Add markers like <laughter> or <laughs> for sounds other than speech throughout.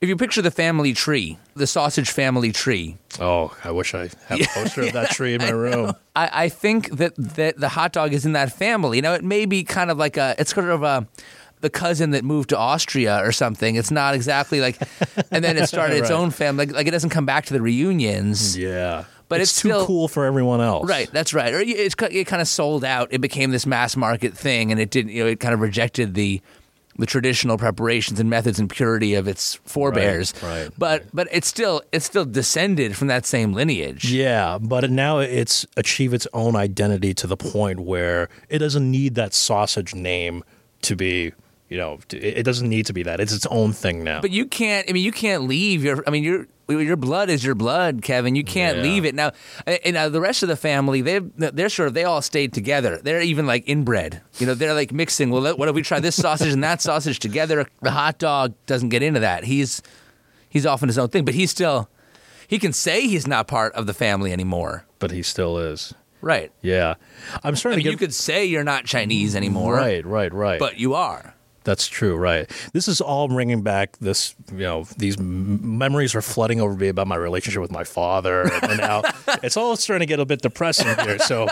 If you picture the family tree, the sausage family tree, Oh, I wish I had a <laughs> poster of that tree in my room. I, I think that, that the hot dog is in that family. Now it may be kind of like a it's sort of a the cousin that moved to Austria or something. It's not exactly like and then it <laughs> started its Right. own family. Like, like it doesn't come back to the reunions. Yeah, But it's too still- cool for everyone else. Right, that's right. Or it- it's ki- it kind of sold out. It became this mass market thing, and it didn't. You know, it kind of rejected the the traditional preparations and methods and purity of its forebears. right, but but it's still it's still descended from that same lineage. Yeah, but now it's achieved its own identity to the point where it doesn't need that sausage name to be, you know, t- it it doesn't need to be that. It's its own thing now. But you can't. I mean, you can't leave your. I mean, your your blood is your blood, Kevin. You can't Yeah. leave it now. And now the rest of the family, they they're sort of they all stayed together. They're even like inbred. You know, they're like mixing. Well, let- what if we try this sausage and that sausage together? The hot dog doesn't get into that. He's he's off on his own thing. But he's still he can say he's not part of the family anymore. but he still is. Right. Yeah, I'm starting I mean, to you get could say you're not Chinese anymore. right, right, right. But you are. That's true, right? This is all bringing back this, you know, these m- memories are flooding over me about my relationship with my father, and now it's all starting to get a bit depressing here. So,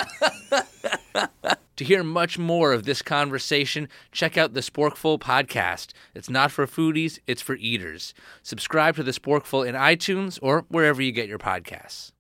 To hear much more of this conversation, check out the Sporkful podcast. It's not for foodies, it's for eaters. Subscribe to the Sporkful in iTunes or wherever you get your podcasts.